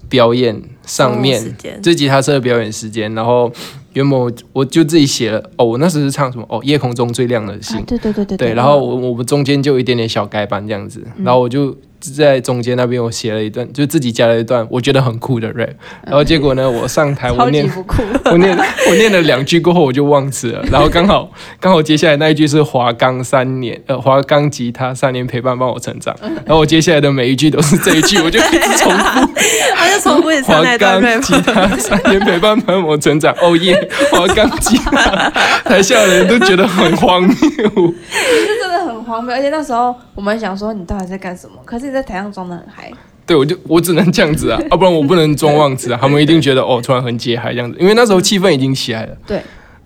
Speaker 3: 表演
Speaker 1: 哦
Speaker 3: 上面，
Speaker 2: 中午时间
Speaker 3: 这吉他社的表演时间，然后原本我我就自己写了，哦，我那时是唱什么？哦，夜空中最亮的星
Speaker 1: 啊，。对对对对嗯
Speaker 3: 对，然后我我们中间就有一点点小改版这样子，然后我就在中间那边我写了一段，就自己加了一段我觉得很酷的 rap，然后结果呢，我上台我
Speaker 1: 超级
Speaker 3: 念
Speaker 1: 不
Speaker 2: (laughs)
Speaker 1: 酷，
Speaker 3: (laughs) 我念我念了两句过后我就忘词了，然后刚好 (laughs) 刚好接下来那一句是华冈三年，呃，华冈吉他三年陪伴帮我成长，然后我接下来的每一句都是这一句，我就一直重复
Speaker 2: 他就重复你上
Speaker 3: 华
Speaker 2: 那一段
Speaker 3: 冈
Speaker 2: rap，
Speaker 3: 吉他三年陪伴帮我成长，哦耶，华冈吉他，台下的人都觉得很荒谬， (laughs)
Speaker 1: 这真的很荒谬。而且那时候我们想说你到底在干什么，可是你在台上装的很嗨。
Speaker 3: 对我就我只能这样子啊，要、不然我不能装忘词啊，他们一定觉得哦突然很解嗨这样子，因为那时候气氛已经起来了，
Speaker 1: 对，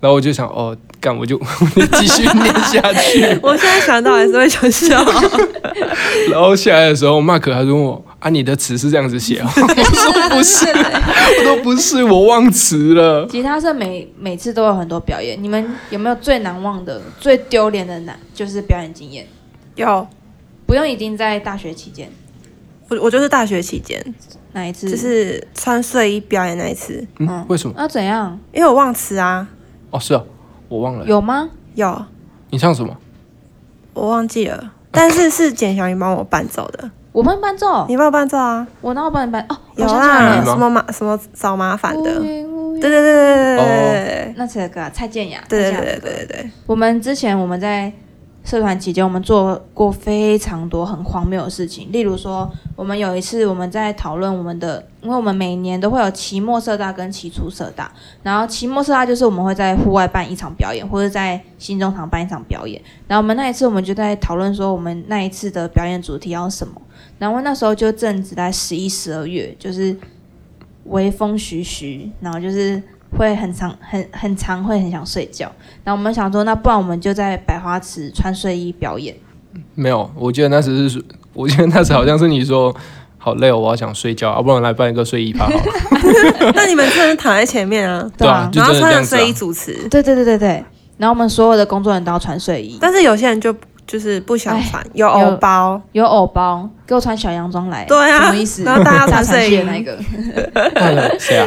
Speaker 3: 然后我就想哦干我就 (laughs) 我就继续念下去。
Speaker 2: 我现在想到还是会想笑。
Speaker 3: (laughs) 然后下来的时候，Mark 还问我：“啊，你的词是这样子写、哦？”我说：“不是，我说不是，我忘词了。
Speaker 1: 吉他社每每次都有很多表演，你们有没有最难忘的、最丢脸的难就是表演经验？
Speaker 2: 有，
Speaker 1: 不用一定在大学期间，
Speaker 2: 我我就是大学期间，
Speaker 1: 哪一次？
Speaker 2: 就是穿睡衣表演那一次，”
Speaker 3: 嗯
Speaker 1: 嗯，
Speaker 3: 为什么？
Speaker 1: 那、怎样？
Speaker 2: 因为我忘词啊，
Speaker 3: 哦，是啊，我忘了。
Speaker 1: 有吗？
Speaker 2: 有
Speaker 3: 你唱什么？
Speaker 2: 我忘记了，但是是简小云帮我伴奏的，
Speaker 1: 我帮你伴奏，
Speaker 2: 你帮我伴奏啊，
Speaker 1: 我那我帮你伴哦，
Speaker 2: 有
Speaker 1: 我想起来
Speaker 2: 啦，
Speaker 1: 了
Speaker 3: 你吗
Speaker 2: 什么麻什么找麻烦的，
Speaker 1: 乌
Speaker 2: 对
Speaker 1: 云乌云
Speaker 2: 对对对对对
Speaker 1: 那这个啊蔡健雅，
Speaker 2: 对对对
Speaker 1: 蔡健雅
Speaker 2: 对
Speaker 1: 的歌
Speaker 2: 对对对，
Speaker 1: 我们之前我们在社团期间，我们做过非常多很荒谬的事情，例如说，我们有一次我们在讨论我们的，因为我们每年都会有期末社大跟期初社大，然后期末社大就是我们会在户外办一场表演，或者在新中堂办一场表演，然后我们那一次我们就在讨论说我们那一次的表演主题要什么，然后那时候就正值在十一、十二月，就是微风徐徐，然后就是会很长、很很长，会很想睡觉。然后我们想说，那不然我们就在百花池穿睡衣表演。
Speaker 3: 没有，我记得那时是，我记得那时好像是你说。好累哦，我好想睡觉，要、不然我来办一个睡衣趴好了。
Speaker 2: 那你们真的是躺在前面啊，
Speaker 3: 对啊
Speaker 1: 啊，
Speaker 3: 就
Speaker 2: 然后
Speaker 3: 真的
Speaker 2: 穿
Speaker 3: 这
Speaker 2: 着
Speaker 3: 样子啊
Speaker 2: 睡衣主持，
Speaker 1: 对对对对对。然后我们所有的工作人员都要穿睡衣，
Speaker 2: 但是有些人就就是不想穿，有
Speaker 1: 哎有
Speaker 2: 偶包，
Speaker 1: 有偶包，给我穿小洋装来，
Speaker 2: 对啊
Speaker 1: 什么意思？
Speaker 2: 然后大家要
Speaker 1: (laughs)
Speaker 2: 穿睡衣
Speaker 1: 大长线那个，
Speaker 3: 看了谁啊？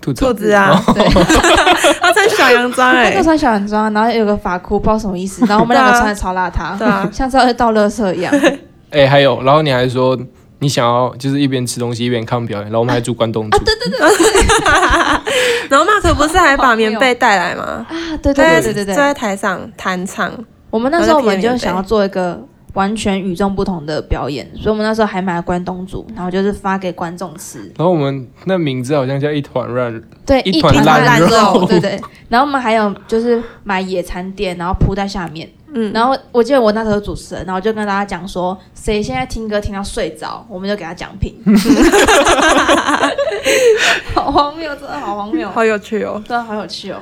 Speaker 3: 兔子
Speaker 2: 兔子啊，
Speaker 1: 对，
Speaker 2: (laughs) 他穿小洋装
Speaker 1: (laughs) 他
Speaker 2: 哎、
Speaker 1: 就穿小洋装，然后有个发箍，不知道什么意思。然后我们两个穿的超邋遢，
Speaker 2: 啊对啊
Speaker 1: 像是要倒垃圾
Speaker 2: (laughs)
Speaker 1: 一样。啊
Speaker 3: 哎、还有，然后你还说你想要就是一边吃东西一边看表演，然后我们还住关东煮。
Speaker 2: 啊 (laughs) 然后 Mark 不是还把棉被带来吗？
Speaker 1: 啊，对对对对对
Speaker 2: 坐在台上弹唱，
Speaker 1: 我们那时候我们就想要做一个完全与众不同的表演，所以我们那时候还买了关东煮，然后就是发给观众吃。
Speaker 3: 然后我们那名字好像叫一团乱，
Speaker 1: 对，
Speaker 3: 一
Speaker 1: 一
Speaker 3: 团
Speaker 1: 团
Speaker 3: 烂
Speaker 1: 烂
Speaker 3: 肉
Speaker 1: 对对。然后我们还有就是买野餐垫，然后铺在下面。
Speaker 2: 嗯，
Speaker 1: 然后我记得我那时候主持人，然后就跟大家讲说，谁现在听歌听到睡着，我们就给他奖品。 (laughs) 好荒谬，真的好荒 (laughs) 谬，
Speaker 2: 好有趣哦。
Speaker 1: 真的好有趣哦。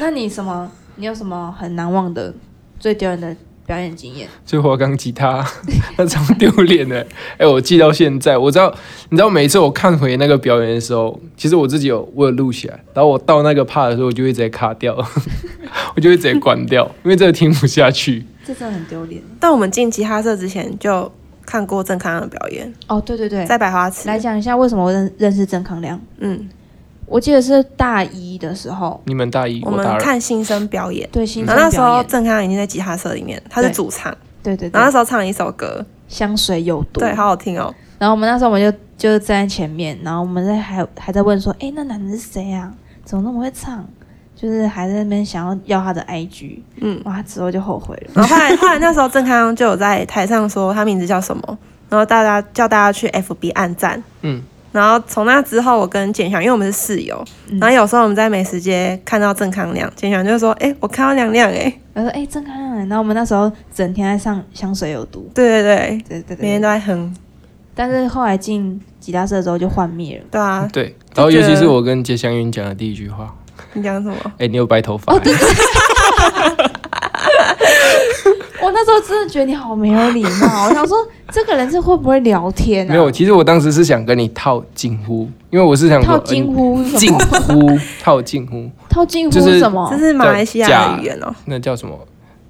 Speaker 1: 那你什么？你有什么很难忘的、最丢人的表演经验？
Speaker 3: 就华冈吉他， (laughs) 那超丢脸的。 (laughs) 哎、我记到现在，我知道，你知道，每次我看回那个表演的时候，其实我自己有我有录起来，然后我到那个 part 的时候，我就会直接卡掉， (laughs) 我就会直接关掉，因为这个听不下去。
Speaker 1: 这真的很丢脸。
Speaker 2: 但我们进吉他社之前就看过郑康的表演，
Speaker 1: 哦，对对对，
Speaker 2: 在百花池
Speaker 1: 来。讲一下为什么我认认识郑康亮。
Speaker 2: 嗯，
Speaker 1: 我记得是大一的时候，
Speaker 3: 你们大一，
Speaker 2: 我
Speaker 3: 我大
Speaker 2: 们
Speaker 3: 二，
Speaker 2: 看新生表演。
Speaker 1: 对嗯新
Speaker 2: 然
Speaker 1: 生
Speaker 2: 后
Speaker 1: 表
Speaker 2: 那时候
Speaker 1: 演，
Speaker 2: 郑康已经在吉他社里面，他是
Speaker 1: 对
Speaker 2: 主唱。
Speaker 1: 对对
Speaker 2: 然后那
Speaker 1: 对，
Speaker 2: 时候唱了一首歌，
Speaker 1: 香水有毒。
Speaker 2: 对，好好听哦。
Speaker 1: 然后我们那时候我们就就站在前面，然后我们在还还在问说，哎，那男的是谁啊？怎么那么会唱？就是还在那边想要要他的 IG，
Speaker 2: 嗯，
Speaker 1: 哇，之后就后悔了。
Speaker 2: (laughs) 然后后来后来那时候郑康就有在台上说他名字叫什么，然后大家叫大家去 FB 按赞。
Speaker 3: 嗯，
Speaker 2: 然后从那之后，我跟简翔，因为我们是室友，
Speaker 1: 嗯
Speaker 2: 然后有时候我们在美食街看到郑康亮，简翔就说：“哎、我看到亮亮哎、
Speaker 1: 他说，哎，郑康亮。然后我们那时候整天在上香水有毒，
Speaker 2: 对对对，
Speaker 1: 对对
Speaker 2: 每
Speaker 1: 对。
Speaker 2: 天都在哼。
Speaker 1: 但是后来进吉他社之后就幻灭了。
Speaker 2: 对啊，
Speaker 3: 对。然后尤其是我跟杰祥云讲的第一句话，
Speaker 2: 你讲什么？
Speaker 1: 哦
Speaker 3: 哎、你有白头发、欸
Speaker 1: (laughs) 我那那时候真的觉得你好没有礼貌，我想说这个人是会不会聊天啊？
Speaker 3: 没有，其实我当时是想跟你套近乎，因为我是想说
Speaker 1: 套近乎
Speaker 3: 嗯
Speaker 1: 是什
Speaker 3: 近
Speaker 1: 么？
Speaker 3: 乎，套近乎，
Speaker 1: 套近乎
Speaker 3: 就是
Speaker 1: 什么？
Speaker 2: 这是马来西亚的语言哦，
Speaker 3: 那叫什么？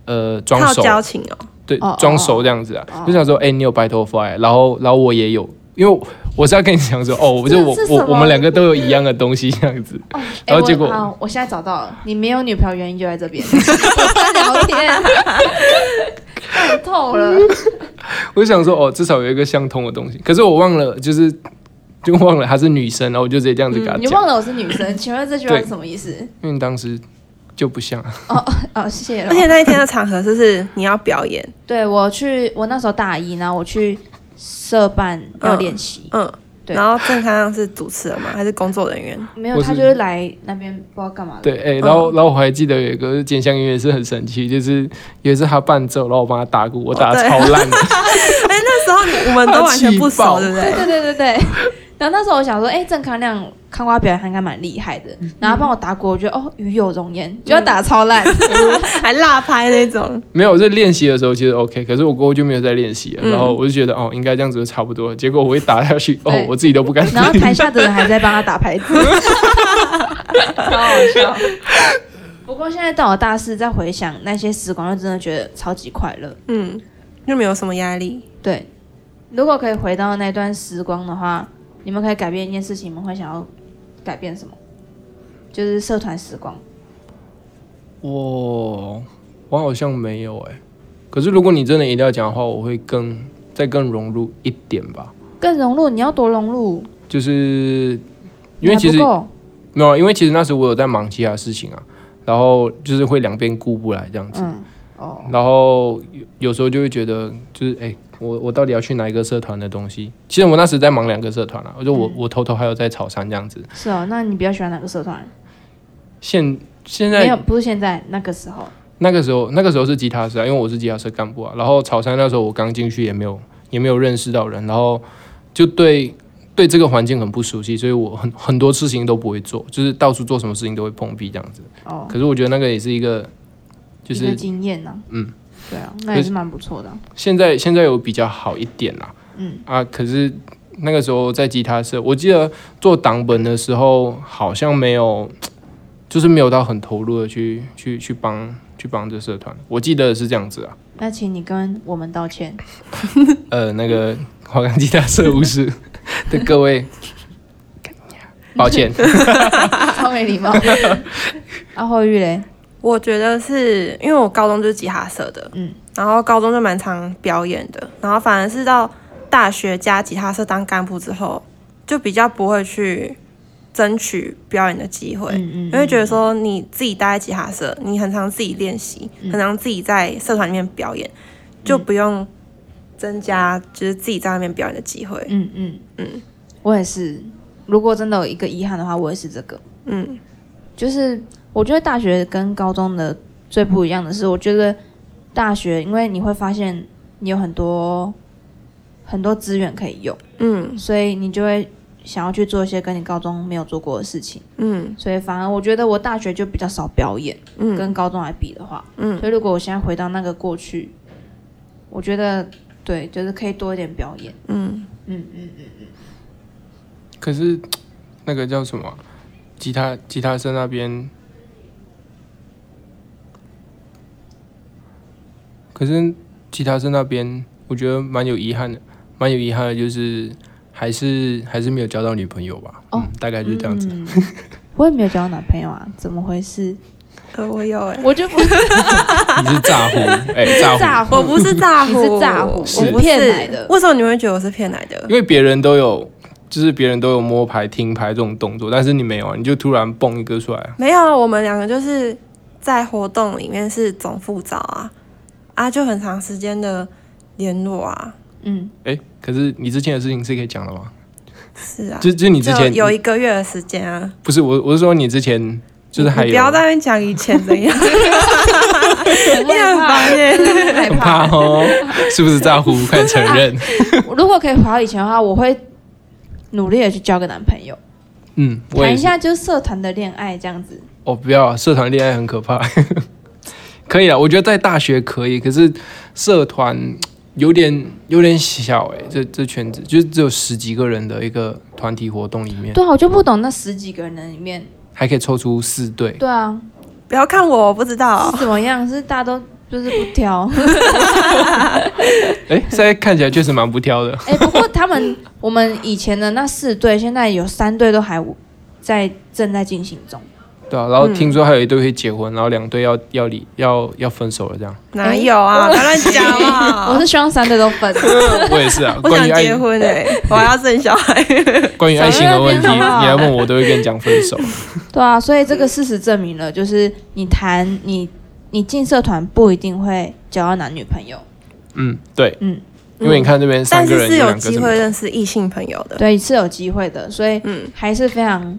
Speaker 3: 呃，装
Speaker 2: 套
Speaker 3: 熟，
Speaker 2: 交情哦，
Speaker 3: 对
Speaker 1: 哦哦，
Speaker 3: 装熟这样子啊，就想说，哎、你有白头发、欸，然后，然后我也有，因为我是要跟你讲说，哦，我就我
Speaker 1: 这是什
Speaker 3: 我
Speaker 1: 么
Speaker 3: 我们两个都有一样的东西这样子，
Speaker 1: 哦
Speaker 3: 然后
Speaker 1: 诶
Speaker 3: 结果
Speaker 1: 我好，我现在找到了，你没有女朋友原因就在这边， (laughs) 不是聊天，看透了。
Speaker 3: 我就想说，哦，至少有一个相通的东西，可是我忘了，就是就忘了她是女生，然后我就直接这样子给她
Speaker 1: 嗯你
Speaker 3: 讲，
Speaker 1: 忘了我是女生，请问这句话是什么意思？
Speaker 3: 因为当时就不像啊， (laughs)
Speaker 1: 哦，谢谢了
Speaker 2: 而。且那一天的场合就是你要表演，
Speaker 1: 对我去，我那时候大一，然后我去社办要练习，
Speaker 2: 嗯，
Speaker 1: 对
Speaker 2: 然后郑康亮是主持人吗？还是工作人员？
Speaker 1: 没有，
Speaker 3: 我是
Speaker 1: 他嗯就是来那边不知道干嘛的。
Speaker 3: 对，哎、然后、然后我还记得有一个兼香音乐是很神奇，就是有一次他伴奏，然后我帮他打鼓，我打
Speaker 2: 哦
Speaker 3: 的
Speaker 2: 对
Speaker 3: 超烂的，
Speaker 2: 哎，那时候你我们都完全不
Speaker 3: (laughs) 他气
Speaker 2: 熟，
Speaker 3: 爆
Speaker 2: 对
Speaker 1: (laughs)
Speaker 2: 不对？
Speaker 1: 对
Speaker 2: (laughs)
Speaker 1: 对对对对。然后那时候我想说，哎、郑康亮康瓜表演还应该蛮厉害的，然后帮我打鼓，我觉得哦与有容颜，就要打超烂。
Speaker 2: 还辣拍那种。
Speaker 3: 没有，是练习的时候其实 OK，可是我过后就没有再练习了，
Speaker 2: 嗯
Speaker 3: 然后我就觉得哦，应该这样子就差不多了。结果我一打下去，哦
Speaker 1: 对，
Speaker 3: 我自己都不敢
Speaker 1: 然后
Speaker 3: 练
Speaker 1: 台下的人还在帮他打牌子， (laughs) 超好笑。不过现在到了大四，再回想那些时光，就真的觉得超级快乐。
Speaker 2: 嗯，就没有什么压力。
Speaker 1: 对，如果可以回到那段时光的话，你们可以改变一件事情，你们会想要改变什么？就是社团时光。
Speaker 3: (laughs) 我我好像没有哎、可是如果你真的一定要讲的话，我会更再更融入一点吧，
Speaker 1: 更融入，你要多融入，
Speaker 3: 就是因为其实
Speaker 1: 你还不够
Speaker 3: 没有啊，因为其实那时候我有在忙其他事情啊，然后就是会两边顾不来这样子，
Speaker 1: 嗯哦，
Speaker 3: 然后有有时候就会觉得，就是哎、我我到底要去哪一个社团的东西？其实我那时在忙两个社团啊，我就
Speaker 1: 嗯
Speaker 3: 我、我偷偷还有在草山这样子。
Speaker 1: 是哦，那你比较喜欢哪个社团？
Speaker 3: 现现
Speaker 1: 没有，
Speaker 3: 在
Speaker 1: 不是现在，那个时候。
Speaker 3: 那个时候那个时候是吉他社啊，因为我是吉他社干部啊。然后草山那时候我刚进去也没有也没有认识到人，然后就对对这个环境很不熟悉，所以我很很多事情都不会做，就是到处做什么事情都会碰壁这样子。
Speaker 1: 哦，
Speaker 3: 可是我觉得那个也是一个，就
Speaker 1: 一个
Speaker 3: 是
Speaker 1: 经验呢、
Speaker 3: 嗯，
Speaker 1: 对啊，那也是蛮不错的啊、
Speaker 3: 现在现在有比较好一点啦。
Speaker 1: 嗯
Speaker 3: 啊，可是那个时候在吉他社，我记得做党本的时候好像没有，就是没有到很投入的去去去帮去帮这社团。我记得是这样子啊。
Speaker 1: 那请你跟我们道
Speaker 2: (laughs)
Speaker 1: 歉，
Speaker 3: 呃，那个华冈吉他社舞室的各位， (laughs) 啊抱歉，
Speaker 1: 超没
Speaker 2: (laughs)
Speaker 1: 礼貌。啊，后玉嘞，
Speaker 2: 我觉得是因为我高中就是吉他社的，
Speaker 1: 嗯
Speaker 2: 嗯，然后高中就蛮常表演的，然后反而是到大学加吉他社当干部之后，就比较不会去争取表演的机会，
Speaker 1: 嗯嗯，
Speaker 2: 因为觉得说你自己待在吉他社，你很常自己练习，很常自己在社团里面表演，就不用增加就是自己在那边表演的机会。
Speaker 1: 嗯嗯嗯，我也是。如果真的有一个遗憾的话，我也是这个。
Speaker 2: 嗯，
Speaker 1: 就是我觉得大学跟高中的最不一样的是，我觉得大学因为你会发现你有很多很多资源可以用，
Speaker 2: 嗯
Speaker 1: 所以你就会想要去做一些跟你高中没有做过的事情。
Speaker 2: 嗯
Speaker 1: 所以反而我觉得我大学就比较少表演，
Speaker 2: 嗯
Speaker 1: 跟高中来比的话，
Speaker 2: 嗯，
Speaker 1: 所以如果我现在回到那个过去，我觉得对，就是可以多一点表演。
Speaker 2: 嗯，
Speaker 1: 嗯嗯嗯，
Speaker 3: 可是那个叫什么啊、吉他吉他社那边，可是吉他社那边，我觉得蛮有遗憾的，蛮有遗憾的，就是还是还是没有交到女朋友吧。
Speaker 1: 哦
Speaker 3: 嗯，大概就是这样子。
Speaker 1: 嗯我也没有交到男朋友啊，怎么回事？
Speaker 2: 呃，我有哎、
Speaker 1: 我就不是
Speaker 3: 你是诈唬，哎、
Speaker 1: 诈
Speaker 3: 诈唬，
Speaker 1: 唬，
Speaker 2: 我不是诈唬，
Speaker 1: 你是诈唬
Speaker 2: 我
Speaker 1: 是
Speaker 2: 不是
Speaker 1: 骗来的
Speaker 2: 为什么你们会觉得我是骗来的？
Speaker 3: 因为别人都有，就是别人都有摸牌、听牌这种动作，但是你没有啊，你就突然蹦一个出来啊。
Speaker 2: 没有啊，我们两个就是在活动里面是总副招啊，啊，就很长时间的联络啊，
Speaker 1: (laughs) 嗯，
Speaker 3: 哎、可是你之前的事情是可以讲的吗？
Speaker 2: 是啊，
Speaker 3: 就就你之前
Speaker 2: 就有一个月的时间啊，
Speaker 3: 不是我，我是说你之前就是
Speaker 2: 你
Speaker 3: 还有
Speaker 2: 你不要在那边讲以前怎
Speaker 3: (laughs)
Speaker 2: 样，
Speaker 1: 很
Speaker 2: 你
Speaker 1: 害
Speaker 2: 很
Speaker 1: 怕，
Speaker 2: 烦耶、
Speaker 1: 真的很害
Speaker 3: 很
Speaker 1: 怕。
Speaker 3: 怕
Speaker 2: (laughs)
Speaker 3: 哦，是不是诈唬？快承认。
Speaker 2: 啊
Speaker 1: 如果可以回到以前的话，我会努力的去交个男朋友，
Speaker 3: 嗯，我
Speaker 1: 谈
Speaker 3: 也
Speaker 1: 一
Speaker 3: 是。
Speaker 1: 下就是社团的恋爱这样子。
Speaker 3: 哦，不要啊，社团恋爱很可怕。 (laughs) 可以啊，我觉得在大学可以，可是社团有点有点小哎、这这圈子就是只有十几个人的一个团体活动里面，
Speaker 1: 对啊，我就不懂那十几个人里面，
Speaker 3: 还可以抽出四队，
Speaker 1: 对啊，
Speaker 2: 不要看我，我不知道
Speaker 1: 是。怎么样？是大家都就是不 (laughs) 挑。
Speaker 3: 哎、现在看起来确实蛮不挑的。
Speaker 1: 哎、不过他们我们以前的那四队，现在有三队都还在正在进行中。
Speaker 3: 对啊，然后听说还有一对会结婚，然后两队要要离要要分手了这样。
Speaker 2: 哪有啊？不要乱讲
Speaker 1: 嗯我
Speaker 2: 啊！
Speaker 1: 是希望三队都分。
Speaker 3: 我也是啊，
Speaker 2: 嗯 (laughs) 我
Speaker 3: 关
Speaker 2: 想
Speaker 3: 于
Speaker 2: 结
Speaker 3: 爱
Speaker 2: 婚哎、我还要生小孩。
Speaker 3: 关于爱情的问题，
Speaker 1: 少在那边好
Speaker 3: 你
Speaker 1: 不好
Speaker 3: 来问我都会跟你讲分手。
Speaker 1: 对啊，所以这个事实证明了，就是你谈你你进社团不一定会交到男女朋友。
Speaker 3: 嗯，对，
Speaker 1: 嗯，
Speaker 3: 因为你看这边三
Speaker 2: 但是
Speaker 3: 个人，
Speaker 2: 是有
Speaker 3: 两个
Speaker 2: 机
Speaker 3: 怎
Speaker 2: 会
Speaker 3: 么
Speaker 2: 认识异性朋友的。
Speaker 1: 对，是有机会的，所以
Speaker 2: 嗯，
Speaker 1: 还是非常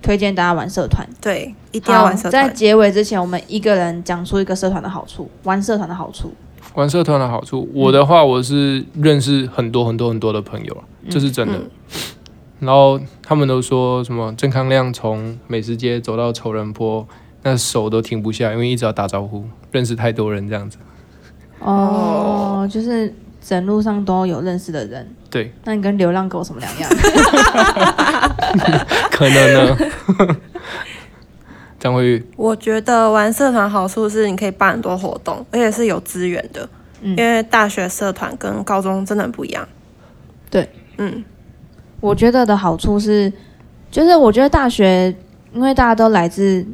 Speaker 1: 推荐大家玩社团。
Speaker 2: 对，一定要玩
Speaker 1: 好
Speaker 2: 社
Speaker 1: 在
Speaker 2: 团。
Speaker 1: 结尾之前，我们一个人讲出一个社团的好处，玩社团的好处。
Speaker 3: 玩社团的好
Speaker 2: 嗯
Speaker 3: 处，我的话我是认识很多很多很多的朋友啊，
Speaker 2: 嗯
Speaker 3: 这是真的。然后他们都说什么郑康亮从美食街走到仇人坡，那手都停不下，因为一直要打招呼，认识太多人这样子。
Speaker 1: 哦，就是整路上都有认识的人，
Speaker 3: 对，
Speaker 1: 那你跟流浪狗什么两样？
Speaker 3: 可能呢， (laughs)
Speaker 2: (laughs)
Speaker 3: 张惠玉
Speaker 2: 我觉得玩社团好处是你可以办很多活动，而且是有资源的。
Speaker 1: 嗯
Speaker 2: 因为大学社团跟高中真的很不一样。
Speaker 1: 对，
Speaker 2: 嗯，
Speaker 1: 我觉得的好处是，就是我觉得大学，因为大家都来自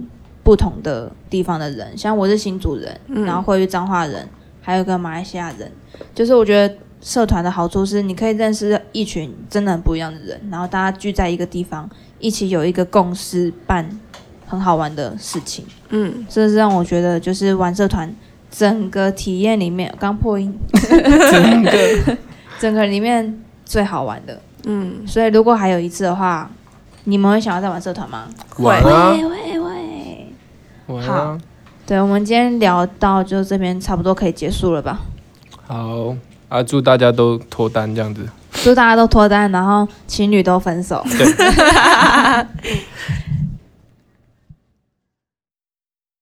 Speaker 1: 不同的地方的人，像我是新竹人，
Speaker 2: 嗯
Speaker 1: 然后会去彰化人，还有一个马来西亚人，就是我觉得社团的好处是，你可以认识一群真的很不一样的人，然后大家聚在一个地方，一起有一个共识，办很好玩的事情，
Speaker 2: 嗯，
Speaker 1: 这是让我觉得就是玩社团整个体验里面，刚破音，
Speaker 3: 整个
Speaker 1: 整个里面最好玩的。
Speaker 2: 嗯，
Speaker 1: 所以如果还有一次的话，你们会想要再玩社团吗？
Speaker 3: 玩
Speaker 2: 会
Speaker 3: 啊
Speaker 1: 会会。
Speaker 3: 玩啊，
Speaker 1: 对，我们今天聊到就这边差不多可以结束了吧？
Speaker 3: 好啊，祝大家都脱单这样子。
Speaker 1: (laughs) 祝大家都脱单，然后情侣都分手。
Speaker 3: 对，